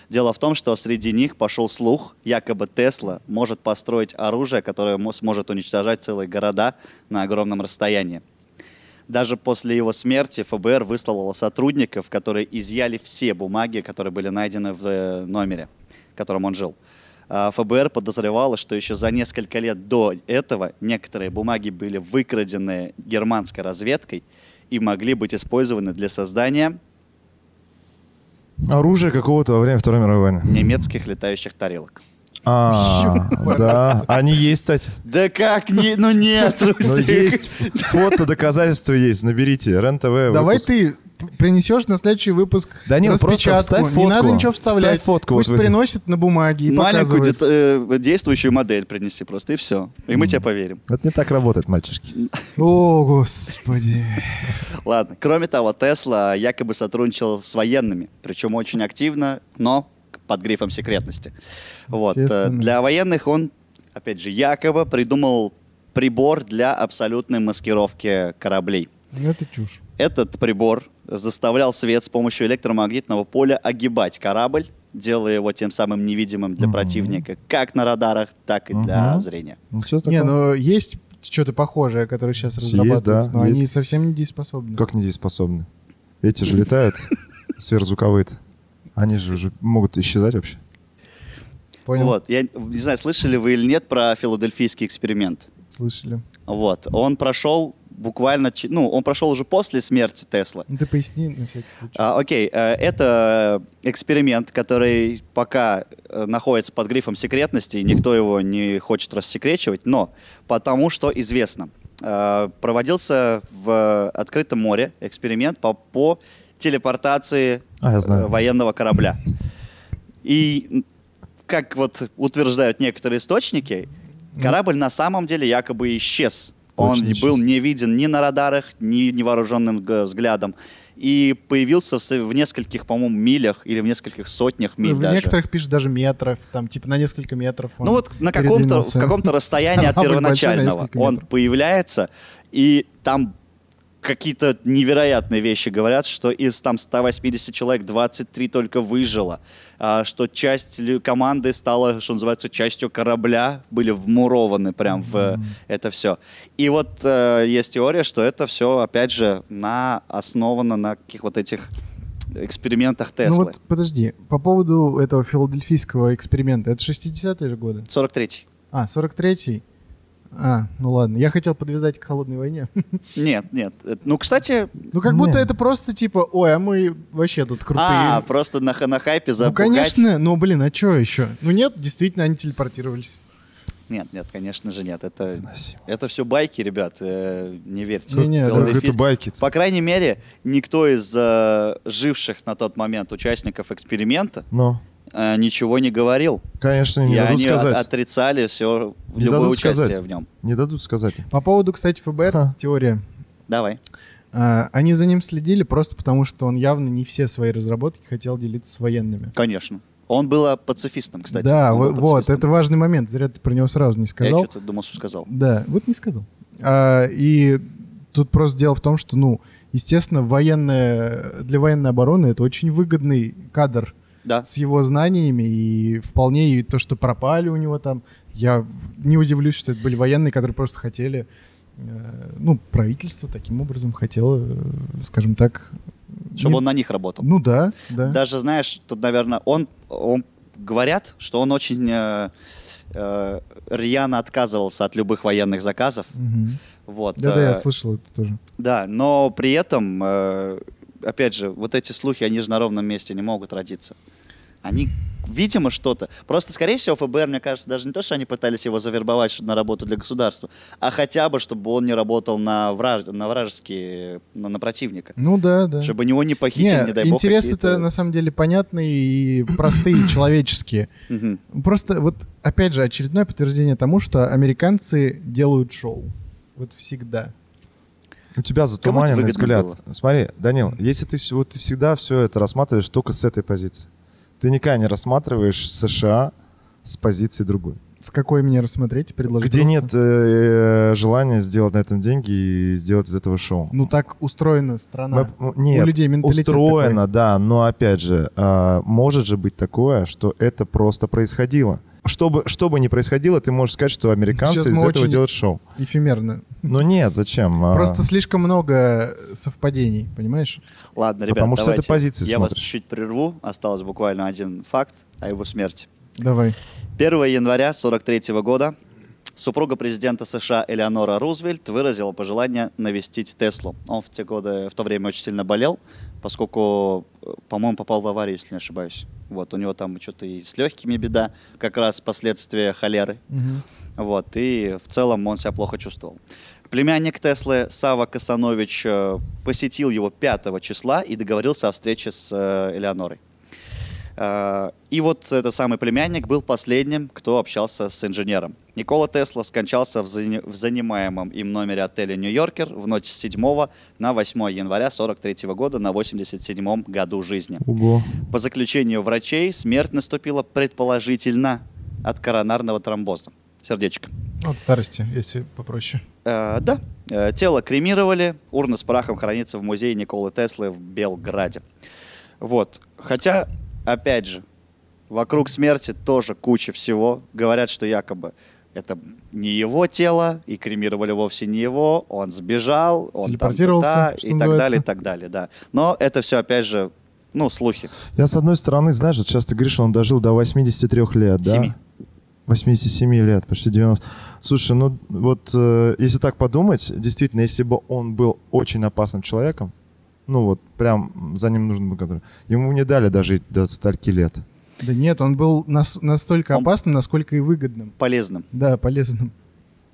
B: Дело в том, что среди них пошел слух, якобы Тесла может построить оружие, которое мо- сможет уничтожать целые города на огромном расстоянии. Даже после его смерти ФБР выслало сотрудников, которые изъяли все бумаги, которые были найдены в э, номере, в котором он жил. А ФБР подозревало, что еще за несколько лет до этого некоторые бумаги были выкрадены германской разведкой и могли быть использованы для создания
C: Оружие какого-то во время Второй мировой войны.
B: немецких летающих тарелок.
C: А, да. Они есть, кстати.
B: Да как? Не, ну нет,
C: Но
B: Русик.
C: есть фото, доказательства есть. Наберите. РЕН-ТВ.
A: Давай
C: выпуск.
A: ты п- принесешь на следующий выпуск
C: Данил, просто
A: распечатку.
C: вставь
A: Не
C: фотку.
A: надо ничего
C: Вставь
A: вставлять.
C: фотку
A: Пусть
C: вот в эти-
A: приносит на бумаге и
B: Маленькую
A: показывает.
B: дет- э, действующую модель принеси просто, и все. И мы тебе поверим.
C: Это не так работает, мальчишки.
A: О, господи.
B: Ладно. Кроме того, Тесла якобы сотрудничал с военными, причем очень активно, но к- под грифом секретности. Вот. э,
A: Естественно.
B: Для военных он, опять же, якобы придумал прибор для абсолютной маскировки кораблей.
A: Ну, Это чушь.
B: Этот прибор заставлял свет с помощью электромагнитного поля огибать корабль, делая его тем самым невидимым для противника, как на радарах, так и для
C: Мгм.
B: зрения.
C: Ничего
A: Не,
C: такого.
A: ну есть что-то похожее, которое сейчас
C: Есть,
A: разрабатывается,
C: да,
A: но они
C: есть.
A: совсем не дееспособны.
C: Как недееспособны? Эти же летают сверхзвуковые Они же уже могут исчезать вообще.
A: Понял?
B: Вот, я не знаю, слышали вы или нет про филадельфийский эксперимент.
A: Слышали.
B: Вот, он прошел буквально, чи- ну, он прошел уже после смерти Тесла.
A: Ну ты поясни на всякий случай.
B: А, окей, э, это эксперимент, который пока э, находится под грифом секретности, и никто его не хочет рассекречивать, но потому что известно. Э, Проводился в открытом море эксперимент по, по телепортации
C: А, я знаю.
B: э, военного корабля. И м, как вот утверждают некоторые источники,
C: Ну.
B: корабль на самом деле якобы исчез. Он
C: Точно
B: не был
C: исчез.
B: не виден ни на радарах, ни невооруженным г- взглядом. И появился в, с- в нескольких, по-моему, милях или в нескольких сотнях миль
A: в
B: даже.
A: некоторых пишут даже метров, там типа на несколько метров. он
B: Ну вот на каком-то, в
A: передвинулся.
B: каком-то расстоянии от
A: Корабль большой на
B: первоначального
A: несколько
B: он
A: метров.
B: появляется, и там какие-то невероятные вещи говорят, что из там 180 человек 23 только выжило, а, что часть лю- команды стала, что называется, частью корабля, были вмурованы прям в э, это все. И вот э, есть теория, что это все, опять же, на, основано на каких вот этих экспериментах Теслы.
A: Ну вот подожди, по поводу этого филадельфийского эксперимента, это 60-е же годы?
B: 43
A: А, 43-й? А, ну ладно, я хотел подвязать к холодной войне.
B: Нет, нет. Э, Ну, кстати,
A: Ну как будто
C: Не.
A: это просто типа, ой, а мы вообще тут крутые.
B: А, просто на, ха- на хайпе
A: ну
B: запугать?
A: конечно, ну блин, а что еще? Ну нет, действительно они телепортировались.
B: Нет, нет, конечно же нет. Это, это все байки, ребят, э, не верьте.
A: Не-не, Ну, да.
B: Голденфильд-
C: Это байки.
B: По крайней мере, никто из э, живших на тот момент участников эксперимента
C: Ну,
B: э, ничего не говорил.
C: конечно,
B: И
C: не дадут
B: они от-
C: сказать.
B: отрицали все,
C: Не
B: любое
C: дадут
B: участие
C: сказать.
B: в нем.
C: Не дадут сказать.
A: По поводу, кстати, ФБР,
C: Ха.
A: теория.
B: Давай.
A: А, они за ним следили просто потому, что он явно не все свои разработки хотел делиться с военными.
B: Конечно. Он был э, пацифистом, кстати.
A: да,
B: Он был
A: вот, вот,
B: пацифистом.
A: это важный момент. Зря ты про него сразу не
B: Я
A: сказал.
B: что-то думал, что сказал.
A: Да, вот не сказал. А, и тут просто дело в том, что, ну, естественно, военная, для военной обороны это очень выгодный кадр
B: Да.
A: с его знаниями и вполне и то, что пропали у него там. Я в- не удивлюсь, что это были военные, которые просто хотели, э, ну, правительство таким образом хотело, э, скажем так...
B: Чтобы
A: не-
B: он на них работал.
A: Ну да, да.
B: Даже, знаешь, тут, наверное, он, он говорят, что он очень э, э, рьяно отказывался от любых военных заказов.
A: Мгм.
B: Вот.
A: Да-да, я
B: э,
A: слышал это тоже.
B: да, но при этом, э, опять же, вот эти слухи, они же на ровном месте не могут родиться. Они, видимо, что-то. Просто, скорее всего, ФБР, мне кажется, даже не то, что они пытались его завербовать чтоб на работу для государства, а хотя бы, чтобы он не работал на, враж... на вражеские, на, на противника.
A: Ну да, да.
B: Чтобы него не похитили, не,
A: Не,
B: дай бог.
A: интересы-то
B: какие-то-
A: на самом деле понятные и простые, человеческие.
B: Мгм.
A: Просто вот, опять же, очередное подтверждение тому, что американцы делают шоу. Вот всегда.
C: У тебя затуманенный
B: выгодно
C: взгляд. Смотри, Данил, если ты, всё- вот ты всегда все это рассматриваешь только с этой позиции, ты никогда не рассматриваешь США с позиции другой.
A: С какой мне рассмотреть, предложить?
C: Где
A: просто?
C: нет э, желания сделать на этом деньги и сделать из этого шоу.
A: Ну так устроена страна.
C: Мы- м- нет,
A: У людей менталитет
C: устроено, да, но опять же, а, может же быть такое, что это просто происходило. Что бы, что бы ни происходило, ты можешь сказать, что американцы
A: Сейчас
C: из
A: мы
C: этого
A: очень-
C: делают шоу.
A: Эфемерно.
C: Ну нет, зачем? А,
A: Просто слишком много совпадений, понимаешь?
B: Ладно, ребят,
C: Потому что
B: давайте.
C: это позиции
B: Я вас
C: смотришь.
B: чуть-чуть прерву. Осталось буквально один факт о его смерти.
A: Давай.
B: 1 января 1943 года супруга президента США Элеонора Рузвельт выразила пожелание навестить Теслу. Он в те годы, в то время очень сильно болел, поскольку, э, по-моему, попал в аварию, если не ошибаюсь. Вот, у него там что-то и с легкими беда, как раз последствия холеры.
A: Мгм.
B: Вот, и в целом он себя плохо чувствовал. Племянник Теслы Сава Касанович э, посетил его 5 числа и договорился о встрече с э, Элеонорой. Э, И вот этот самый племянник был последним, кто общался с инженером. Никола Тесла скончался в, зани- в занимаемом им номере отеля «Нью-Йоркер» в ночь с 7 на 8 января 1943 года на 87 году жизни.
C: Ого.
B: По заключению врачей, смерть наступила предположительно от коронарного тромбоза. Сердечко.
A: От старости, если попроще.
B: Э, да. Э, тело кремировали. Урна с прахом хранится в музее Николы Теслы в Белграде. Вот. Хотя, опять же, вокруг смерти тоже куча всего. Говорят, что якобы это не его тело, и кремировали вовсе не его, он сбежал, он там
A: Телепортировался,
B: туда,
A: что
B: и так
A: называется.
B: далее, и так далее, да. Но это все, опять же, ну, слухи.
C: Я, с одной стороны, знаешь, вот сейчас ты говоришь, он дожил до 83 лет, да?
B: Семи.
C: 87 лет, почти 90. Слушай, ну вот э, если так подумать, действительно, если бы он был очень опасным человеком, ну вот прям за ним нужен был контроль, ему не дали дожить до стольки лет.
A: Да нет, он был нас- настолько
B: Он-
A: опасным, насколько и выгодным.
B: Полезным,
A: Да, полезным.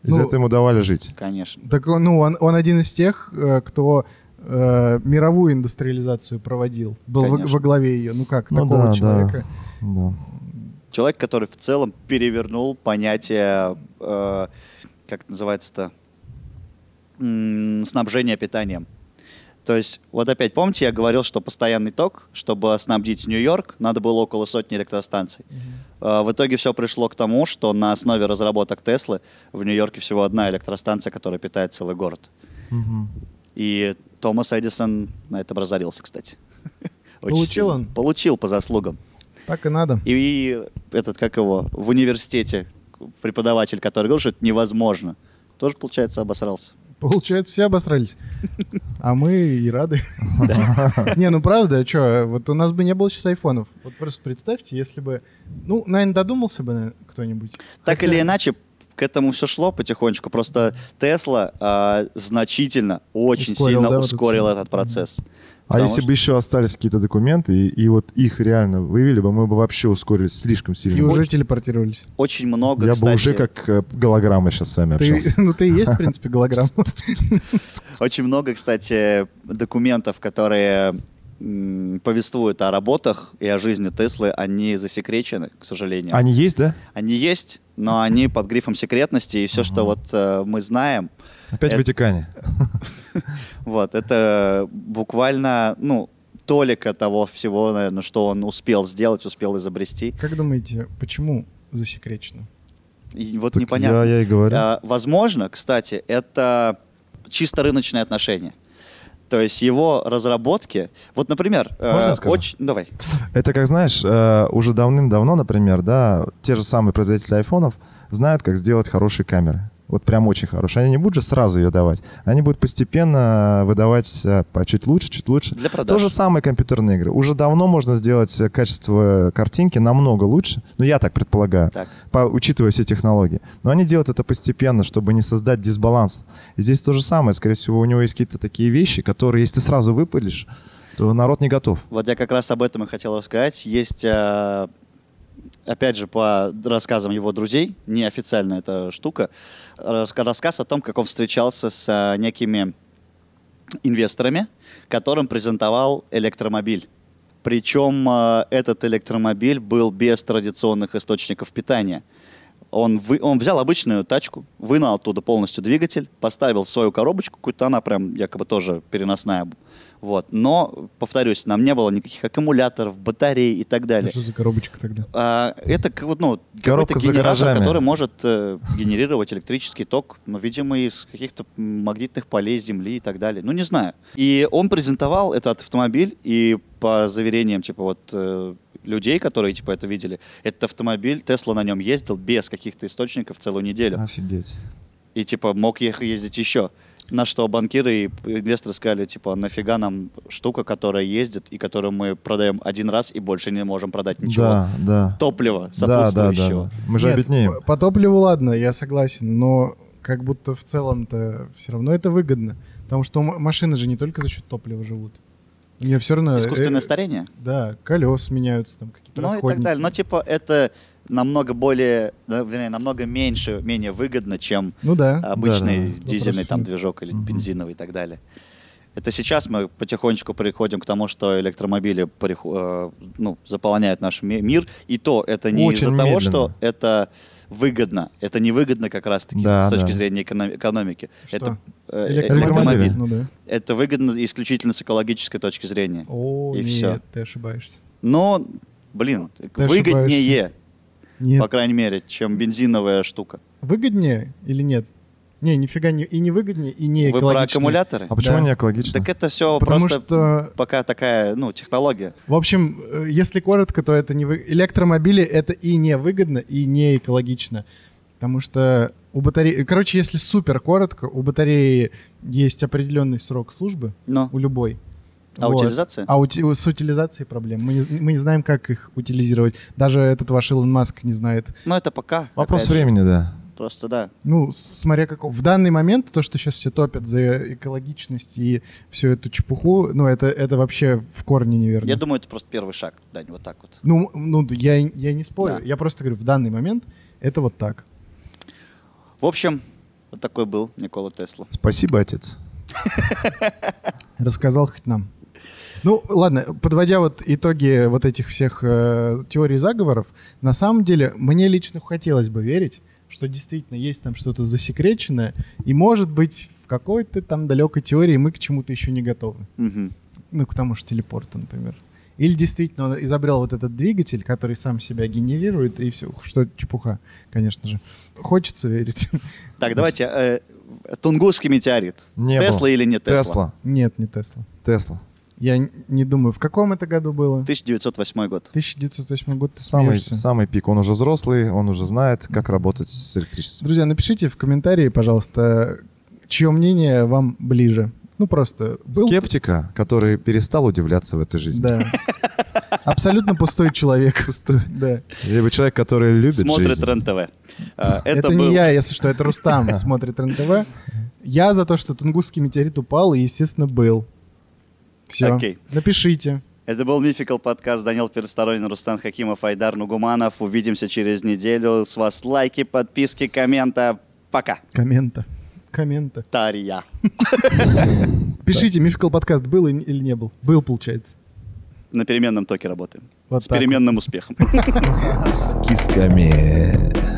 C: И за
A: Ну,
C: это ему давали жить.
B: конечно.
A: Так он, ну, он, он один из тех, э, кто э, мировую индустриализацию проводил. Был во,
B: Конечно.
A: во главе ее. Ну как,
C: Ну
A: такого
C: да, да.
A: человека.
C: Да.
B: Человек, который в целом перевернул понятие, э, как это называется-то, М, снабжение питанием. То есть, вот опять, помните, я говорил, что постоянный ток, чтобы снабдить Нью-Йорк, надо было около сотни электростанций. Э, В итоге все пришло к тому, что на основе разработок Теслы в Нью-Йорке всего одна электростанция, которая питает целый город.
C: Мгм.
B: И Томас Эдисон на этом разорился, кстати. Очень
A: Получил
B: сильно.
A: он?
B: Получил по заслугам.
A: Так и надо.
B: И этот, как его, в университете преподаватель, который говорил, что это невозможно, тоже, получается, обосрался.
A: Получается, все обосрались. А мы и рады. Не, ну правда, что, вот у нас бы не было сейчас айфонов. Вот просто представьте, если бы... Ну, наверное, додумался бы наверное, кто-нибудь.
B: Так
A: Хотя-
B: или иначе, к этому все шло потихонечку. Просто Тесла а, значительно, очень
A: Ускорил,
B: сильно
A: да, вот это
B: ускорил
A: всё?
B: этот процесс.
C: А
B: Потому
C: если
B: что-
C: бы еще остались какие-то документы, и, и вот их реально вывели бы, мы бы вообще ускорились слишком сильно.
A: И уже телепортировались.
B: Очень много,
C: Я бы
B: кстати,
C: уже как э, голограмма сейчас с вами
A: Ты,
C: общался.
A: ну, ты и есть, в принципе, голограмма.
B: очень много, кстати, документов, которые м, повествуют о работах и о жизни Теслы, они засекречены, к сожалению.
C: Они есть, да?
B: Они есть, но они под грифом секретности, и все, что вот э, мы знаем,
C: Опять
B: Это-
C: в Ватикане.
B: Вот, это буквально, ну, толика того всего, наверное, что он успел сделать, успел изобрести.
A: Как думаете, почему засекречено?
B: И вот
C: Так
B: непонятно.
C: Я, я и говорю.
B: А, возможно, кстати, это чисто рыночные отношения. То есть его разработки... Вот, например... э,
C: Можно я скажу?
B: очень- Давай.
C: Это как, знаешь, э, уже давным-давно, например, да, те же самые производители айфонов знают, как сделать хорошие камеры. Вот прям очень хорошие. Они не будут же сразу ее давать. Они будут постепенно выдавать э, по чуть лучше, чуть лучше.
B: Для продаж.
C: А То же самое компьютерные игры. Уже давно можно сделать э, качество картинки намного лучше. Ну, я так предполагаю.
B: Так.
C: по- учитывая все технологии. Но они делают это постепенно, чтобы не создать дисбаланс. И здесь то же самое. Скорее всего, у него есть какие-то такие вещи, которые, если ты сразу выпалишь, то народ не готов.
B: Вот я как раз об этом и хотел рассказать. Есть, э, опять же, по рассказам его друзей, неофициальная эта штука, раска- рассказ о том, как он встречался с э, некими инвесторами, которым презентовал электромобиль. Причем э, этот электромобиль был без традиционных источников питания. Он, вы- он взял обычную тачку, вынул оттуда полностью двигатель, поставил свою коробочку, какую-то она прям якобы тоже переносная. Вот. Но, повторюсь, нам не было никаких аккумуляторов, батарей и так далее.
A: Что за коробочка тогда?
B: А, это как вот, ну,
C: Коробка
B: какой-то
C: за
B: генератор,
C: гаражами.
B: который может э, генерировать электрический ток, ну, видимо, из каких-то м, магнитных полей Земли и так далее. Ну, не знаю. И он презентовал этот автомобиль, и по заверениям, типа, вот э, людей, которые, типа, это видели, этот автомобиль, Тесла на нем ездил без каких-то источников целую неделю.
C: Офигеть.
B: И, типа, мог ех- ездить еще. На что банкиры и инвесторы сказали, типа, нафига нам штука, которая ездит, и которую мы продаем один раз и больше не можем продать ничего
C: Да, да.
B: топлива
C: Да, да, да,
B: сопутствующего.
C: да. Мы же
A: Нет,
C: обеднеем.
A: п- По топливу ладно, я согласен, но как будто в целом-то все равно это выгодно. Потому что м- машины же не только за счет топлива живут. Мне все равно... э,
B: Искусственное старение?
A: Да, колес меняются, там какие-то
B: Ну и так
A: расходники.
B: далее. Но типа это намного более, да, вернее, намного меньше, менее выгодно, чем
A: Ну да.
B: А, обычный
C: Да-да-да.
B: дизельный
A: Вопрос
B: там
A: нет.
B: движок или
C: Мгм.
B: бензиновый и так далее. Это сейчас мы потихонечку приходим к тому, что электромобили приху- э, ну, заполняют наш ми- мир. И то это не
C: Очень
B: из-за того,
C: медленно.
B: что это выгодно. Это невыгодно как раз-таки
C: Да,
B: с точки
C: да.
B: зрения эконом- экономики.
A: Что?
B: Это, э,
A: Электромобили.
C: электромобили.
A: Ну да.
B: Это выгодно исключительно с экологической точки зрения.
A: О,
B: И
A: нет,
B: всё.
A: ты ошибаешься.
B: Но, блин,
A: Ты
B: выгоднее,
A: Нет.
B: по крайней мере, чем бензиновая штука.
A: Выгоднее или нет? Не, нифига не, и не выгоднее, и не
B: Вы про
A: экологичнее.
B: аккумуляторы?
C: А почему
A: Да.
C: не экологично?
B: Так это все
A: Потому
B: просто
A: что,
B: пока такая, ну, технология.
A: в общем, э, если коротко, то это не вы... электромобили это и не выгодно, и не экологично. Потому что у батареи... Короче, если супер коротко, у батареи есть определенный срок службы,
B: Но.
A: у любой.
B: А
A: Вот.
B: утилизация?
A: А ути- с утилизацией проблем. Мы не, зн- мы не знаем, как их утилизировать. Даже этот ваш Илон Маск не знает.
B: Ну, это пока.
C: Вопрос
B: опять же.
C: времени, да.
B: Просто да.
A: Ну, смотря как... В данный момент то, что сейчас все топят за экологичность и всю эту чепуху, ну, это, это вообще в корне неверно.
B: Я думаю, это просто первый шаг, Дань, вот так вот.
A: Ну, ну я, я не спорю.
B: Да.
A: Я просто говорю, в данный момент это вот так.
B: В общем, вот такой был Никола Тесла.
C: Спасибо, отец.
A: Рассказал хоть нам. Ну, ладно, подводя вот итоги вот этих всех э, теорий заговоров, на самом деле мне лично хотелось бы верить, что действительно есть там что-то засекреченное, и, может быть, в какой-то там далекой теории мы к чему-то еще не готовы.
B: Мгм.
A: Ну, к тому же телепорту, например. Или действительно он изобрел вот этот двигатель, который сам себя генерирует, и все, что чепуха, конечно же. Хочется верить.
B: Так, давайте. э, Тунгусский метеорит.
C: Не
B: Тесла
C: было.
B: или не Тесла?
C: Тесла.
A: Нет, не Тесла.
C: Тесла.
A: Я н- не думаю, в каком это году было?
B: 1908 год.
A: 1908 год. Ты
C: Самый,
A: смеешься.
C: самый пик. Он уже взрослый, он уже знает, как работать с электричеством.
A: Друзья, напишите в комментарии, пожалуйста, чье мнение вам ближе. Ну просто был-
C: Скептика, который перестал удивляться в этой жизни.
A: Да. Абсолютно пустой человек. Пустой. Да.
C: Либо человек, который любит
B: Смотрит
C: жизнь.
B: РЕН-ТВ. Э,
A: Это,
B: Это был...
A: не я, если что, это Рустам смотрит РНТВ. Я за то, что Тунгусский метеорит упал и, естественно, был. Все.
B: Окей.
A: Напишите.
B: Это был Мификал подкаст. Данил Пересторонин, Рустан Хакимов, Айдар Нугуманов. Увидимся через неделю. С вас лайки, подписки, коммента. Пока.
A: Коммента. Коммента.
B: Тария.
A: Пишите, мификал подкаст был и- или не был. Был, получается.
B: На переменном токе работаем.
A: Вот
B: С
A: так вот.
B: переменным успехом.
C: С кисками.